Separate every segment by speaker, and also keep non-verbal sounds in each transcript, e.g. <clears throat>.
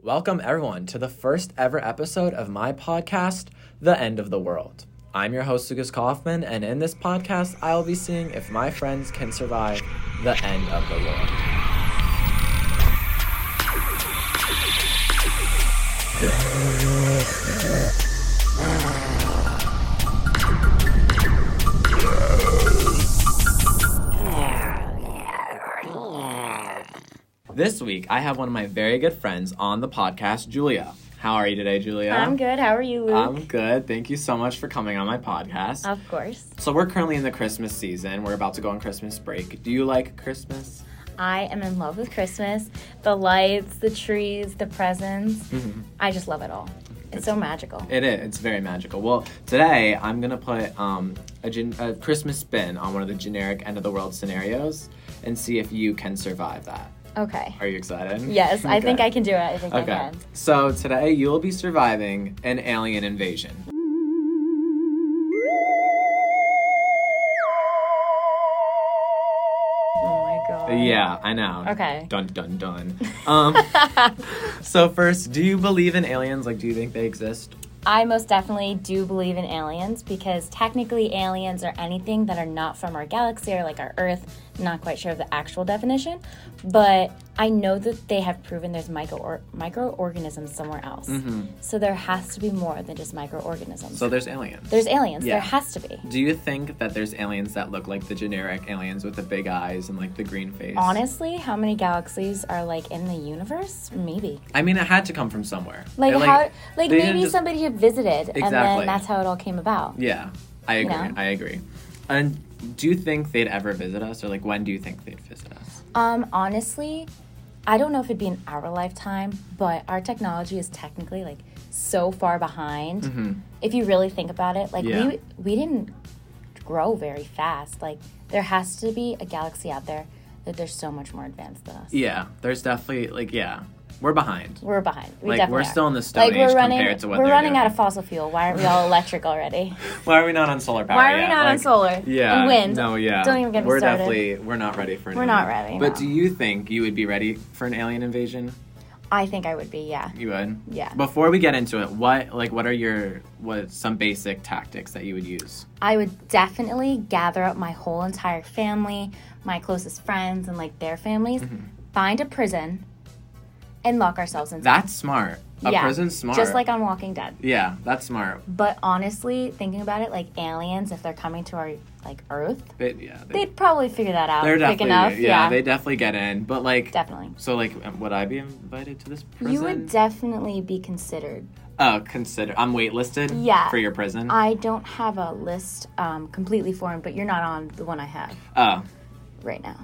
Speaker 1: Welcome, everyone, to the first ever episode of my podcast, The End of the World. I'm your host, Lucas Kaufman, and in this podcast, I'll be seeing if my friends can survive the end of the world. This week, I have one of my very good friends on the podcast, Julia. How are you today, Julia?
Speaker 2: I'm good. How are you, Luke?
Speaker 1: I'm good. Thank you so much for coming on my podcast.
Speaker 2: of course.
Speaker 1: so, we're currently in the Christmas season. We're about to go on Christmas break. Do you like Christmas?
Speaker 2: I am in love with Christmas. The lights, the trees, the presents. I just love it all. It's so magical.
Speaker 1: Mm-hmm. It is. It's very magical. Well, today I'm gonna put um, a, gen- a Christmas spin on one of the generic end of the world scenarios and see if you can survive that.
Speaker 2: Okay.
Speaker 1: Are you excited?
Speaker 2: Yes, I think
Speaker 1: Okay.
Speaker 2: I can do it. I think I
Speaker 1: Okay.
Speaker 2: can.
Speaker 1: So today you will be surviving an alien invasion.
Speaker 2: Oh my god.
Speaker 1: Yeah, I know.
Speaker 2: Okay.
Speaker 1: Dun dun dun.
Speaker 2: <laughs>
Speaker 1: Um, so first, do you believe in aliens? Like, do you think they exist?
Speaker 2: I most definitely do believe in aliens because technically aliens are anything that are not from our galaxy or like our Earth. Not quite sure of the actual definition, but I know that they have proven there's micro or- microorganisms somewhere else. So there has to be more than just microorganisms.
Speaker 1: Mm-hmm. So there's aliens.
Speaker 2: There's aliens.
Speaker 1: Yeah.
Speaker 2: There has to be.
Speaker 1: do you think that there's aliens that look like the generic aliens with the big eyes and like the green face?
Speaker 2: Honestly, how many galaxies are like in the universe? Maybe.
Speaker 1: I mean, it had to come from somewhere.
Speaker 2: Like,
Speaker 1: It,
Speaker 2: how? Like
Speaker 1: they didn't
Speaker 2: maybe
Speaker 1: just-
Speaker 2: somebody had visited, and
Speaker 1: Exactly.
Speaker 2: then that's how it all came about.
Speaker 1: Yeah, I agree.
Speaker 2: know?
Speaker 1: I agree. And do you think they'd ever visit us, or like when do you think they'd visit us?
Speaker 2: Um, honestly, I don't know if it'd be in our lifetime, but our technology is technically like so far behind. If you really think about it, like
Speaker 1: Mm-hmm. Yeah.
Speaker 2: we we didn't grow very fast. Like there has to be a galaxy out there that they're so much more advanced than us.
Speaker 1: Yeah, there's definitely like yeah, we're behind.
Speaker 2: We're behind. We
Speaker 1: Like,
Speaker 2: definitely
Speaker 1: we're
Speaker 2: are.
Speaker 1: still in the Stone Age compared to what
Speaker 2: we're
Speaker 1: they're
Speaker 2: running out
Speaker 1: doing.
Speaker 2: of fossil fuel. Why aren't we all electric already?
Speaker 1: <laughs> Why are we not on solar power?
Speaker 2: Why are we
Speaker 1: yet?
Speaker 2: not on
Speaker 1: Oh, Like,
Speaker 2: solar?
Speaker 1: Yeah.
Speaker 2: And wind.
Speaker 1: No, yeah.
Speaker 2: Don't even get me
Speaker 1: We're
Speaker 2: started.
Speaker 1: definitely we're not ready for an
Speaker 2: We're
Speaker 1: alien.
Speaker 2: not ready,
Speaker 1: But
Speaker 2: no.
Speaker 1: do you think you would be ready for an alien invasion?
Speaker 2: I think I would be. Yeah.
Speaker 1: You would?
Speaker 2: Yeah.
Speaker 1: Before we get into it, what like what are your what some basic tactics that you would use?
Speaker 2: I would definitely gather up my whole entire family, my closest friends, and like their families,
Speaker 1: Mm-hmm.
Speaker 2: find a prison, and lock ourselves in.
Speaker 1: That's smart. A
Speaker 2: Yeah,
Speaker 1: prison's smart.
Speaker 2: Just like on Walking Dead.
Speaker 1: Yeah, that's smart.
Speaker 2: But honestly, thinking about it, like aliens, if they're coming to our like Earth,
Speaker 1: But yeah, they,
Speaker 2: they'd probably figure that out
Speaker 1: are
Speaker 2: quick
Speaker 1: definitely
Speaker 2: enough.
Speaker 1: yeah, they definitely get in. But like
Speaker 2: definitely.
Speaker 1: So, like, um, would I be invited to this prison?
Speaker 2: You would definitely be considered.
Speaker 1: oh, consider. I'm waitlisted.
Speaker 2: Yeah. Uh,
Speaker 1: For your prison.
Speaker 2: I don't have a list um, completely formed, but you're not on the one I have
Speaker 1: oh,
Speaker 2: right now.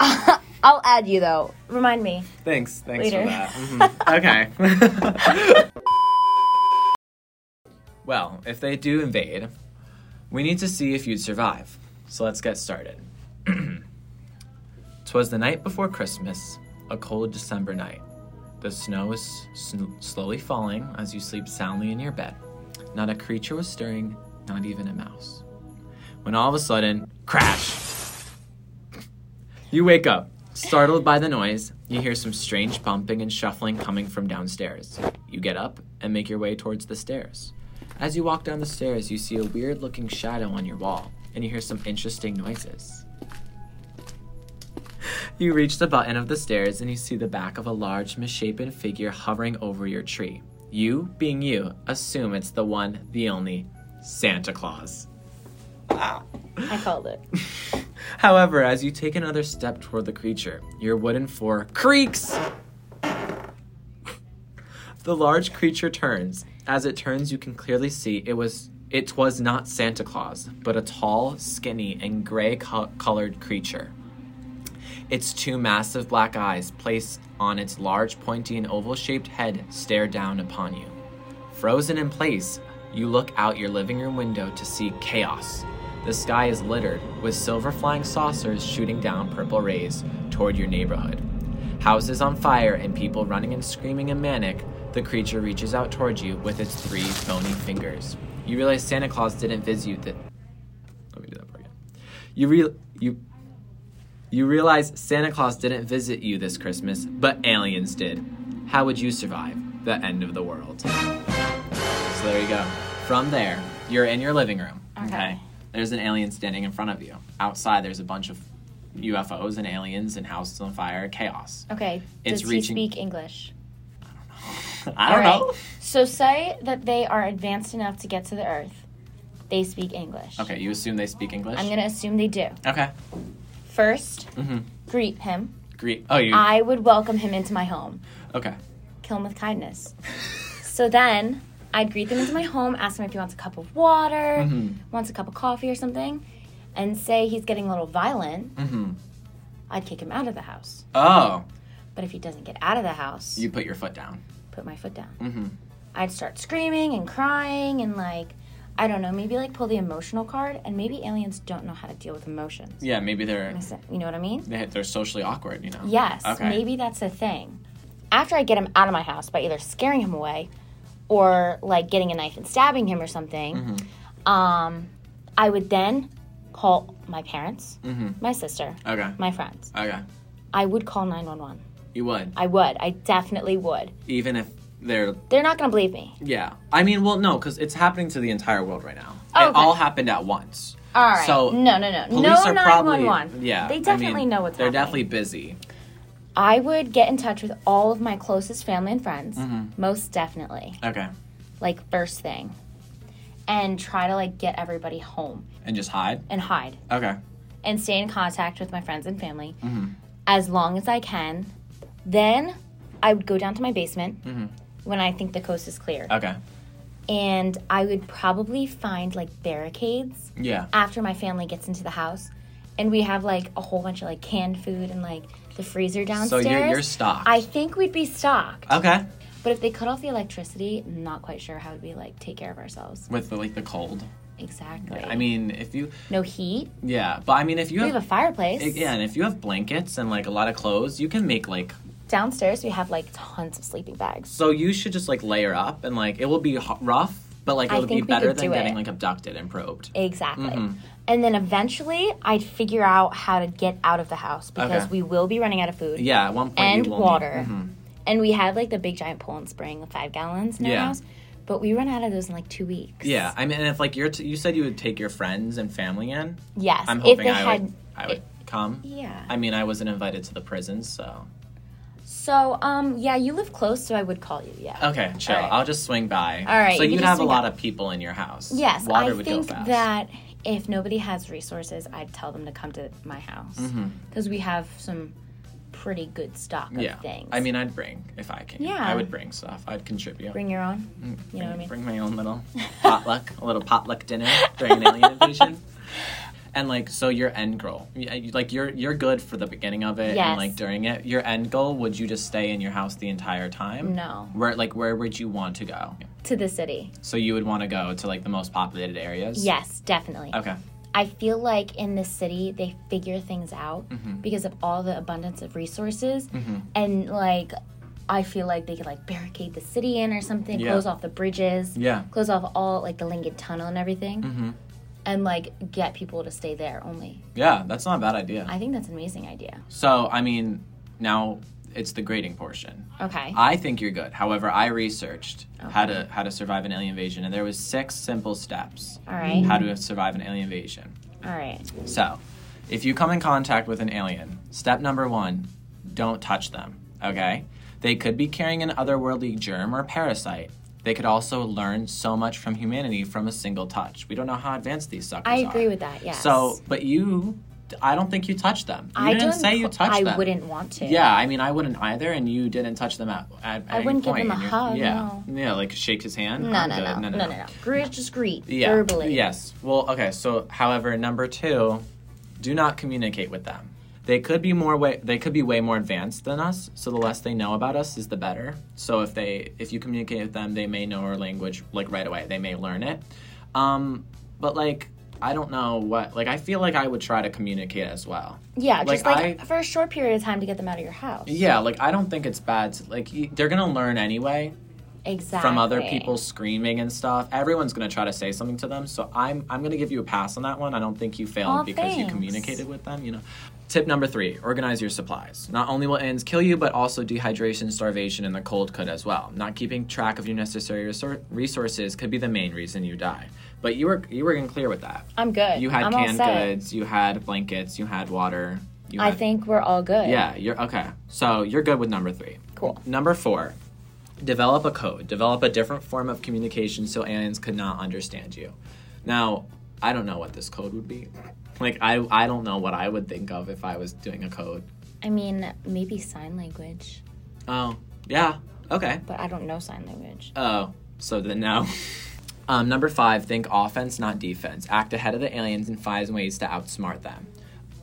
Speaker 2: <laughs> I'll add you though. Remind me.
Speaker 1: thanks. Thanks for
Speaker 2: Later.
Speaker 1: that. Mhm. Okay. <laughs> well, if they do invade, we need to see if you'd survive. So let's get started. <clears throat> Twas the night before Christmas, a cold December night. The snow was sn- slowly falling as you sleep soundly in your bed. Not a creature was stirring, not even a mouse. When all of a sudden, crash! You wake up. Startled by the noise, you hear some strange bumping and shuffling coming from downstairs. You get up and make your way towards the stairs. As you walk down the stairs, you see a weird looking shadow on your wall, and you hear some interesting noises. You reach the button of the stairs and you see the back of a large, misshapen figure hovering over your tree. You, being you, assume it's the one, the only, Santa Claus.
Speaker 2: I called it.
Speaker 1: However, as you take another step toward the creature, your wooden floor creaks. The large creature turns. As it turns, you can clearly see it was it was not Santa Claus, but a tall, skinny, and gray co- colored creature. Its two massive black eyes, placed on its large, pointy, and oval shaped head, stare down upon you. Frozen in place, you look out your living room window to see chaos. The sky is littered with silver flying saucers shooting down purple rays toward your neighborhood. Houses on fire and people running and screaming and manic, the creature reaches out towards you with its three bony fingers. You realize Santa Claus didn't visit you. That let me do that part again. You real you you realize Santa Claus didn't visit you this Christmas, but aliens did. How would you survive the end of the world? So there you go. From there, you're in your living room.
Speaker 2: Okay.
Speaker 1: There's an alien standing in front of you. Outside, there's a bunch of UFOs and aliens and houses on fire, chaos.
Speaker 2: Okay.
Speaker 1: It's
Speaker 2: Does
Speaker 1: reaching-
Speaker 2: he speak English?
Speaker 1: I don't
Speaker 2: <laughs> All right.
Speaker 1: know.
Speaker 2: So say that they are advanced enough to get to the Earth. They speak English.
Speaker 1: Okay, you assume they speak English?
Speaker 2: I'm gonna assume they do.
Speaker 1: Okay.
Speaker 2: 1st
Speaker 1: Mhm.
Speaker 2: greet him.
Speaker 1: Greet. Oh, you.
Speaker 2: I would welcome him into my home. <laughs>
Speaker 1: okay.
Speaker 2: Kill him with kindness. so then I'd greet them into my home, ask him if he wants a cup of water,
Speaker 1: Mhm.
Speaker 2: wants a cup of coffee or something, and say he's getting a little violent.
Speaker 1: Mm-hmm.
Speaker 2: I'd kick him out of the house.
Speaker 1: Oh,
Speaker 2: But if he doesn't get out of the house,
Speaker 1: you put your foot down.
Speaker 2: put my foot down.
Speaker 1: Mm-hmm.
Speaker 2: I'd start screaming and crying and like, I don't know, maybe like pull the emotional card, and maybe aliens don't know how to deal with emotions.
Speaker 1: Yeah, maybe they're
Speaker 2: You know what I mean?
Speaker 1: they- they're socially awkward. You know.
Speaker 2: Yes,
Speaker 1: Okay.
Speaker 2: maybe that's a thing. After I get him out of my house by either scaring him away or like getting a knife and stabbing him or something,
Speaker 1: Mm-hmm.
Speaker 2: um, I would then call my parents,
Speaker 1: Mhm.
Speaker 2: my sister,
Speaker 1: Okay.
Speaker 2: my friends.
Speaker 1: Okay.
Speaker 2: I would call 911.
Speaker 1: You would,
Speaker 2: I would. I definitely would.
Speaker 1: even if they're
Speaker 2: They're not going to believe me.
Speaker 1: yeah. I mean, well, no, because it's happening to the entire world right now.
Speaker 2: Oh,
Speaker 1: it
Speaker 2: okay.
Speaker 1: all happened at once.
Speaker 2: All right.
Speaker 1: So,
Speaker 2: no, no, no.
Speaker 1: Police
Speaker 2: No
Speaker 1: are probably
Speaker 2: 911.
Speaker 1: yeah. I
Speaker 2: They
Speaker 1: mean,
Speaker 2: definitely know what's
Speaker 1: They're
Speaker 2: happening.
Speaker 1: definitely busy.
Speaker 2: I would get in touch with all of my closest family and friends,
Speaker 1: Mm-hmm.
Speaker 2: most definitely.
Speaker 1: Okay.
Speaker 2: like first thing and try to like get everybody home
Speaker 1: And just hide.
Speaker 2: and hide
Speaker 1: Okay.
Speaker 2: and stay in contact with my friends and family
Speaker 1: Mm-hmm.
Speaker 2: as long as I can. Then I would go down to my basement
Speaker 1: Mm-hmm.
Speaker 2: when I think the coast is clear.
Speaker 1: Okay.
Speaker 2: And I would probably find like barricades
Speaker 1: Yeah.
Speaker 2: after my family gets into the house. And we have like a whole bunch of like canned food and like the freezer
Speaker 1: So
Speaker 2: downstairs.
Speaker 1: you're you're Uh. stocked.
Speaker 2: I think we'd be stocked.
Speaker 1: okay.
Speaker 2: But if they cut off the electricity, not quite sure how we like take care of ourselves.
Speaker 1: With the, like the cold.
Speaker 2: Exactly.
Speaker 1: I mean, if you
Speaker 2: no heat.
Speaker 1: yeah, but I mean, if you
Speaker 2: We have a
Speaker 1: have
Speaker 2: fireplace.
Speaker 1: yeah, and if you have blankets and like a lot of clothes, you can make like
Speaker 2: Downstairs, we have like tons of sleeping bags.
Speaker 1: So you should just like layer up and like it will be h- rough, but like
Speaker 2: I
Speaker 1: it'll be
Speaker 2: think we
Speaker 1: better
Speaker 2: could
Speaker 1: than
Speaker 2: do
Speaker 1: getting
Speaker 2: it.
Speaker 1: like abducted and probed.
Speaker 2: Exactly.
Speaker 1: Mm-hmm.
Speaker 2: And then eventually, I'd figure out how to get out of the house because
Speaker 1: Okay.
Speaker 2: we will be running out of food
Speaker 1: Yeah, at one point
Speaker 2: and
Speaker 1: you Mm-hmm. will need-
Speaker 2: water. And we have like the big giant Poland spring, five gallons in our
Speaker 1: Yeah.
Speaker 2: house. But we run out of those in like two weeks.
Speaker 1: Yeah, I mean, and if like you're t- you said you would take your friends and family in,
Speaker 2: Yes.
Speaker 1: I'm
Speaker 2: if
Speaker 1: hoping
Speaker 2: they
Speaker 1: I
Speaker 2: had.
Speaker 1: would I would come.
Speaker 2: Yeah.
Speaker 1: I mean, I wasn't invited to the prisons, so
Speaker 2: so, um, yeah, you live close, so I would call you. Yeah.
Speaker 1: okay, chill.
Speaker 2: All right.
Speaker 1: I'll just swing by.
Speaker 2: All right,
Speaker 1: So
Speaker 2: you
Speaker 1: you'd
Speaker 2: can just
Speaker 1: have a
Speaker 2: swing
Speaker 1: lot of people in your house.
Speaker 2: Yes,
Speaker 1: water
Speaker 2: I
Speaker 1: would
Speaker 2: think
Speaker 1: go fast.
Speaker 2: that if nobody has resources, I'd tell them to come to my house
Speaker 1: Mm-hmm.
Speaker 2: because we have some pretty good stock of
Speaker 1: yeah.
Speaker 2: things.
Speaker 1: I mean, I'd bring if I can.
Speaker 2: Yeah.
Speaker 1: I would bring stuff. I'd contribute.
Speaker 2: bring your own. You know what I mean?
Speaker 1: Mm, Bring my own
Speaker 2: <laughs>
Speaker 1: little potluck, a little potluck dinner during an alien
Speaker 2: <laughs>
Speaker 1: invasion. And like, so your end goal, yeah, you- like you're you're good for the beginning of it, and
Speaker 2: Yes.
Speaker 1: like during it, your end goal would you just stay in your house the entire time?
Speaker 2: No,
Speaker 1: Where like where would you want to go?
Speaker 2: to the city.
Speaker 1: So you would want to go to like the most populated areas.
Speaker 2: Yes, definitely.
Speaker 1: Okay.
Speaker 2: I feel like in the city they figure things out
Speaker 1: Mm-hmm.
Speaker 2: because of all the abundance of resources,
Speaker 1: Mm.
Speaker 2: and like I feel like they could like barricade the city in or something,
Speaker 1: Yeah.
Speaker 2: close off the
Speaker 1: Yeah.
Speaker 2: bridges,
Speaker 1: Mm. Mm-hmm.
Speaker 2: close off all like the Lincoln Tunnel and everything, and like get people to stay there only.
Speaker 1: Yeah, that's not a bad idea.
Speaker 2: I think that's an amazing idea.
Speaker 1: so I mean, now it's the grading portion.
Speaker 2: Okay.
Speaker 1: I think you're good. However, I researched how to how to survive an alien invasion, and there was six simple steps
Speaker 2: all right.
Speaker 1: how to survive an alien invasion.
Speaker 2: All right.
Speaker 1: So, if you come in contact with an alien, step number one, don't touch them, okay? They could be carrying an otherworldly germ or parasite. They could also learn so much from humanity from a single touch. We don't know how advanced these suckers
Speaker 2: I
Speaker 1: are.
Speaker 2: agree with that. Yes.
Speaker 1: So, but you, I don't think you touched them. You
Speaker 2: I
Speaker 1: didn't
Speaker 2: don't
Speaker 1: say you
Speaker 2: cl-
Speaker 1: touched
Speaker 2: I
Speaker 1: them.
Speaker 2: wouldn't want to.
Speaker 1: Yeah, I mean, I wouldn't either, and you didn't touch them at, at
Speaker 2: I wouldn't give him a hug,
Speaker 1: Yeah, yeah, like shake his hand.
Speaker 2: No,
Speaker 1: I'm
Speaker 2: no,
Speaker 1: good.
Speaker 2: no, no, no, no. Gre- Just greet
Speaker 1: Yeah.
Speaker 2: verbally.
Speaker 1: Yes. Well, okay. So, however, number two, do not communicate with them. They could be more way. They could be way more advanced than us. So the less they know about us is the better. So if they, if you communicate with them, they may know our language like right away. They may learn it. Um, but like, I don't know what. Like, I feel like I would try to communicate as well.
Speaker 2: Yeah,
Speaker 1: Like,
Speaker 2: just like
Speaker 1: I-
Speaker 2: for a short period of time to get them out of your house.
Speaker 1: Yeah. Like, I don't think it's bad. To, like, y- they're gonna learn anyway
Speaker 2: Exactly.
Speaker 1: from other people screaming and stuff. Everyone's gonna try to say something to them, so I'm I'm gonna give you a pass on that one. I don't think you failed
Speaker 2: Aw,
Speaker 1: because you
Speaker 2: thanks.
Speaker 1: communicated with them. You know, Tip number three organize your supplies. Not only will ends kill you, but also dehydration, starvation, and the cold could as well. Not keeping track of your necessary resor- resources could be the main reason you die. But you were you were in clear with that.
Speaker 2: I'm good.
Speaker 1: You had
Speaker 2: I'm all
Speaker 1: canned
Speaker 2: set.
Speaker 1: goods, you had blankets, you had water. You
Speaker 2: I
Speaker 1: had-
Speaker 2: think we're all good.
Speaker 1: Yeah, you're okay. So you're good with number three.
Speaker 2: Cool.
Speaker 1: Number four, develop a code. Develop a different form of communication so aliens could not understand you. Now, I don't know what this code would be. Like I, I don't know what I would think of if I was doing a code.
Speaker 2: I mean, maybe sign language,
Speaker 1: Oh, yeah. Okay.
Speaker 2: but I don't know sign language.
Speaker 1: Oh, so then no. <laughs> um, number five, think offense, not defense. Act ahead of the aliens and find ways to outsmart them.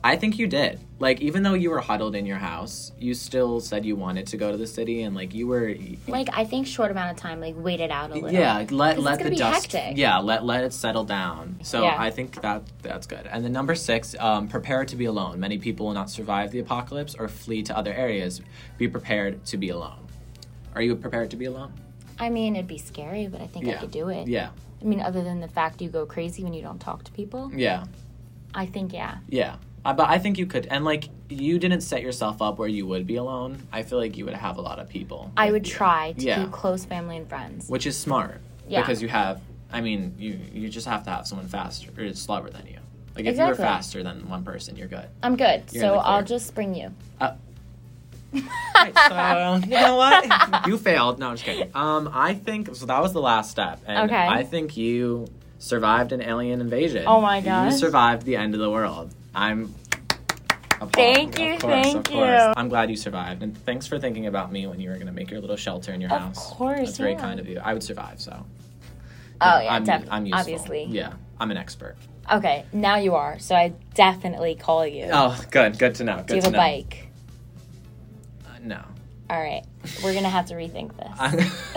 Speaker 1: I think you did. Like, even though you were huddled in your house, you still said you wanted to go to the city, and like you were.
Speaker 2: Like I think short amount of time, like wait it out a little.
Speaker 1: Yeah, like, let
Speaker 2: Oh, 'Cause it's
Speaker 1: let
Speaker 2: gonna
Speaker 1: the
Speaker 2: be
Speaker 1: dust.
Speaker 2: hectic.
Speaker 1: Yeah, let let it settle down. So
Speaker 2: Yeah.
Speaker 1: I think that that's good. And then number six, um, prepare to be alone. Many people will not survive the apocalypse or flee to other areas. Be prepared to be alone. Are you prepared to be alone?
Speaker 2: I mean, it'd be scary, but I think I
Speaker 1: Yeah.
Speaker 2: could do it.
Speaker 1: Yeah,
Speaker 2: I mean, other than the fact you go crazy when you don't talk to people,
Speaker 1: yeah.
Speaker 2: I think yeah.
Speaker 1: Yeah. Uh, but I think you could. And like, you didn't set yourself up where you would be alone. I feel like you would have a lot of people.
Speaker 2: I
Speaker 1: with
Speaker 2: would
Speaker 1: you.
Speaker 2: try to
Speaker 1: Yeah.
Speaker 2: keep close family and friends.
Speaker 1: Which is smart.
Speaker 2: Yeah.
Speaker 1: Because you have, I mean, you, you just have to have someone faster or slower than you. Like, if you
Speaker 2: Exactly.
Speaker 1: were faster than one person, you're good.
Speaker 2: I'm good,
Speaker 1: You're in
Speaker 2: so
Speaker 1: the
Speaker 2: I'll
Speaker 1: clear.
Speaker 2: just bring you.
Speaker 1: Right, so, you know
Speaker 2: <laughs>
Speaker 1: what? you failed. No, I'm just kidding. Um, I think, so that was the last step. And
Speaker 2: Okay.
Speaker 1: I think you survived an alien invasion.
Speaker 2: Oh my
Speaker 1: You
Speaker 2: gosh.
Speaker 1: survived the end of the world. I'm. Applause.
Speaker 2: Thank
Speaker 1: Of
Speaker 2: you,
Speaker 1: course, of
Speaker 2: thank
Speaker 1: course.
Speaker 2: you.
Speaker 1: I'm glad you survived, and thanks for thinking about me when you were gonna make your little shelter in your
Speaker 2: Of
Speaker 1: house.
Speaker 2: course,
Speaker 1: that's very
Speaker 2: yeah.
Speaker 1: kind of you. I would survive, so.
Speaker 2: Oh yeah,
Speaker 1: I'm,
Speaker 2: definitely.
Speaker 1: I'm useful.
Speaker 2: Obviously.
Speaker 1: Yeah, I'm an expert.
Speaker 2: Okay, now you are. So I definitely call you.
Speaker 1: Oh, good, good to know. Good
Speaker 2: Do you
Speaker 1: to
Speaker 2: have a
Speaker 1: know.
Speaker 2: bike?
Speaker 1: Uh, no.
Speaker 2: All right, we're gonna have to rethink
Speaker 1: <laughs>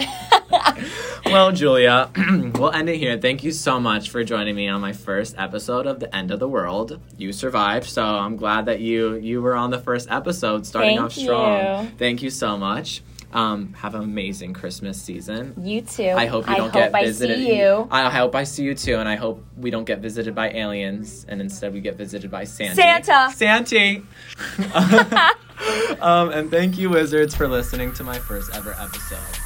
Speaker 1: Uh,
Speaker 2: this. <laughs>
Speaker 1: well, Julia, <clears throat> we'll end it here. Thank you so much for joining me on my first episode of The End of the World. You survived, so I'm glad that you you were on the first episode, starting
Speaker 2: Thank
Speaker 1: off strong.
Speaker 2: you.
Speaker 1: Thank you so much. Um, have an amazing Christmas season.
Speaker 2: you too.
Speaker 1: I hope you don't
Speaker 2: I
Speaker 1: get
Speaker 2: hope I
Speaker 1: visited.
Speaker 2: see you.
Speaker 1: I hope I see you too, and I hope we don't get visited by aliens, and instead we get visited by Santy.
Speaker 2: Santa. <laughs>
Speaker 1: <laughs> Santy. um, and thank you, wizards, for listening to my first ever episode.